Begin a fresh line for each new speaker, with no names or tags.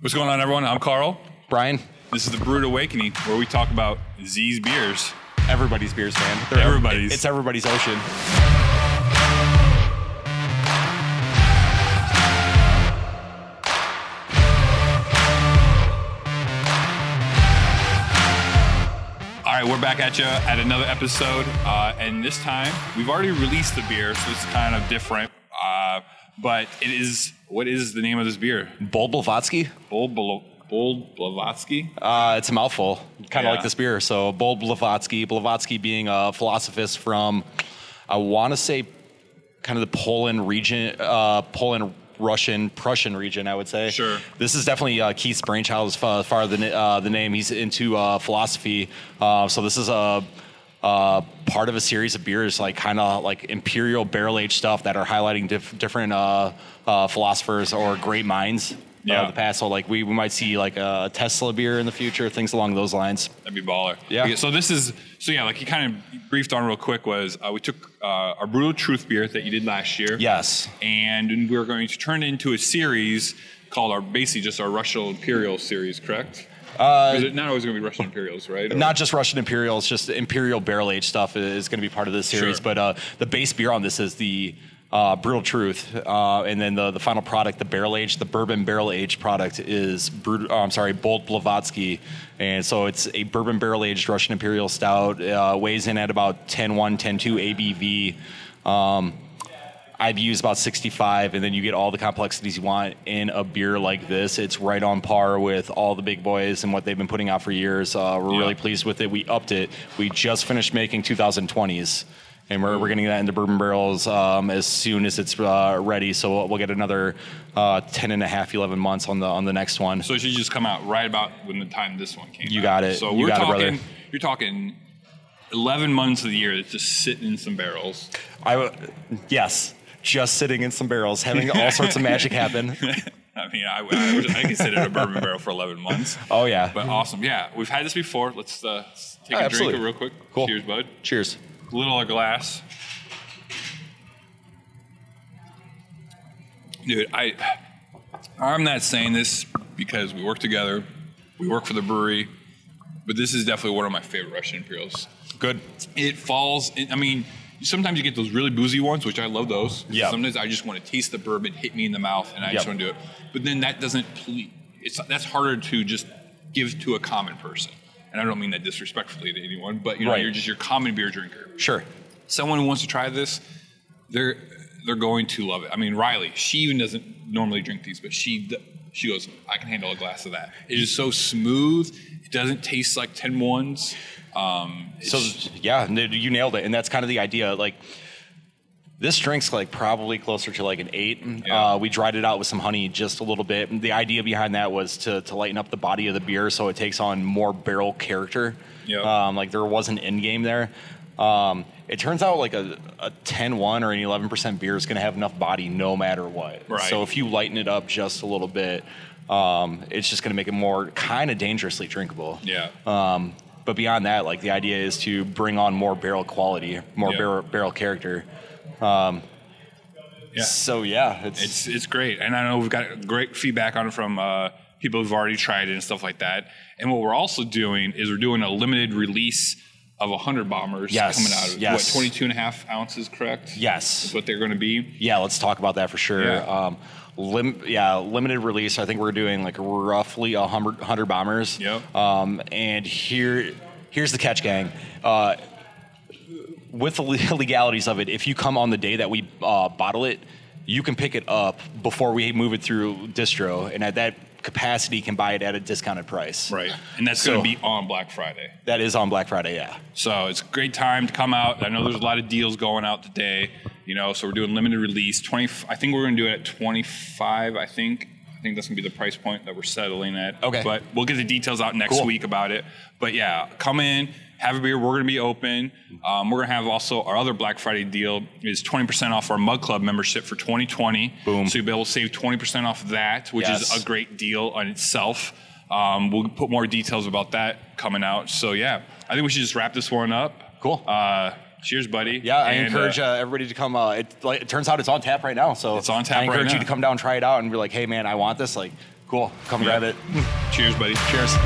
What's going on, everyone? I'm Carl.
Brian,
This is the Brewed Awakening, where we talk about Z's beers.
everybody's beers man. They're-
Everybody's.
It's everybody's ocean.
All right, we're back at you at another episode, uh, and this time we've already released the beer, so it's kind of different. Uh, but it is what is the name of this beer?
Bold Blavatsky.
Bold Blo- Bold Blavatsky.
Uh, it's a mouthful, kind of
Yeah.
like this beer. So Bold Blavatsky, Blavatsky being a philosophist from, I want to say, kind of the Poland region, uh, Poland, Russian, Prussian region. I would say.
Sure.
This is definitely uh, Keith's brainchild as far, as far as the, na- uh, the name. He's into uh, philosophy. Uh, so this is a. Uh, part of a series of beers, like kind of like imperial barrel aged stuff that are highlighting diff- different uh, uh, philosophers or great minds yeah.
Yeah.
uh, the past. So like we, we might see like a Tesla beer in the future, things along those lines.
That'd be baller.
Yeah.
Okay, so this is so yeah, like he kind of briefed on real quick was uh, we took uh, our brutal truth beer that you did last year.
Yes.
And we're going to turn it into a series called our basically just our Russian Imperial series, correct? Uh, it not always going to be Russian Imperials, right? Or-
Not just Russian Imperials, just imperial barrel aged stuff is going to be part of this series.
Sure.
But uh, the base beer on this is the uh, Brutal Truth, uh, and then the, the final product, the barrel aged, the bourbon barrel aged product is brut- oh, I'm sorry, Bold Blavatsky, and so it's a bourbon barrel aged Russian Imperial Stout. Uh, weighs in at about 10.1, 10.2 ABV. Um, IBU is about 65, and then you get all the complexities you want in a beer like this. It's right on par with all the big boys and what they've been putting out for years. Uh, we're
Yeah.
really pleased with it. We upped it. We just finished making 2020s, and we're, we're getting that into bourbon barrels um, as soon as it's uh, ready. So we'll, we'll get another uh, 10 and a half, 11 months on the on the next one.
So it should just come out right about when the time this one came.
You
out.
got it.
So
You
we're
got it, brother.
talking. you're talking. Eleven months of the year that's just sitting in some barrels.
I w- yes, just sitting in some barrels, having all sorts of magic happen.
I mean, I, I, wish I considered a bourbon barrel for eleven months.
Oh yeah.
But awesome, yeah. We've had this before. Let's uh, s- take
Yeah,
a
absolutely.
drink real quick.
Cool.
Cheers, bud.
Cheers.
Little a glass. Dude, I I'm not saying this because we work together. We work for the brewery, but this is definitely one of my favorite Russian Imperials.
Good.
It falls. In, I mean, sometimes you get those really boozy ones, which I love those.
Yeah.
Sometimes I just want to taste the bourbon, hit me in the mouth, and I just
Yep.
want to do it. But then that doesn't. ple- It's that's harder to just give to a common person, and I don't mean that disrespectfully to anyone, but you know,
Right.
you're just your common beer drinker
Sure.
someone who wants to try this, they're they're going to love it. I mean, Riley, she even doesn't normally drink these, but she she goes, I can handle a glass of that. It is so smooth. It doesn't taste like 10 ones. Um, it's-
So yeah, n- you nailed it, and that's kind of the idea. Like this drink's like probably closer to like an eight.
Yeah.
Uh, we dried it out with some honey just a little bit. And the idea behind that was to to lighten up the body of the beer so it takes on more barrel character.
Yeah.
Um, like there was an end game there. Um, it turns out like a, a 10 1 or an 11% beer is going to have enough body no matter what.
Right.
So if you lighten it up just a little bit, um, it's just going to make it more kind of dangerously drinkable.
yeah.
Um, but beyond that, like the idea is to bring on more barrel quality, more
Yeah.
barrel, barrel character.
yeah.
So yeah, it's,
It's it's great, and I know we've got great feedback on it from uh, people who've already tried it and stuff like that. And what we're also doing is we're doing a limited release of 100 bombers
Yes,
coming out of
yes.
what 22 and a half ounces, correct?
yes,
That's what they're going to be.
yeah. Let's talk about that for sure.
Yeah.
Um, lim- yeah, limited release. I think we're doing like roughly a hundred hundred bombers.
Yep.
Um, and here, here's the catch, gang. Uh, with the le- legalities of it, if you come on the day that we uh, bottle it, you can pick it up before we move it through distro, and at that capacity, can buy it at a discounted price.
Right. And that's
So-
going to be on Black Friday.
That is on Black Friday, yeah.
So it's a great time to come out. I know there's a lot of deals going out today, you know, so we're doing limited release. 20 I think we're going to do it at 25, I think. I think that's going to be the price point that we're settling at.
Okay.
But we'll get the details out next
Cool.
week about it. But yeah, come in, have a beer. We're going to be open. Um, we're going to have also our other Black Friday deal is 20% off our Mug Club membership for 2020.
Boom.
So you'll be able to save 20% off that, which
Yes.
is a great deal on itself. Um, we'll put more details about that coming out. So yeah, I think we should just wrap this one up.
Cool.
Uh, cheers, buddy.
Yeah, I
And,
encourage uh, everybody to come. Uh, it, like, it turns out it's on tap right now, so
It's on tap
I encourage
right
you
now.
to come down, try it out, and be like, "Hey, man, I want this." Like,
Cool. Come grab it.
Cheers, buddy.
Cheers.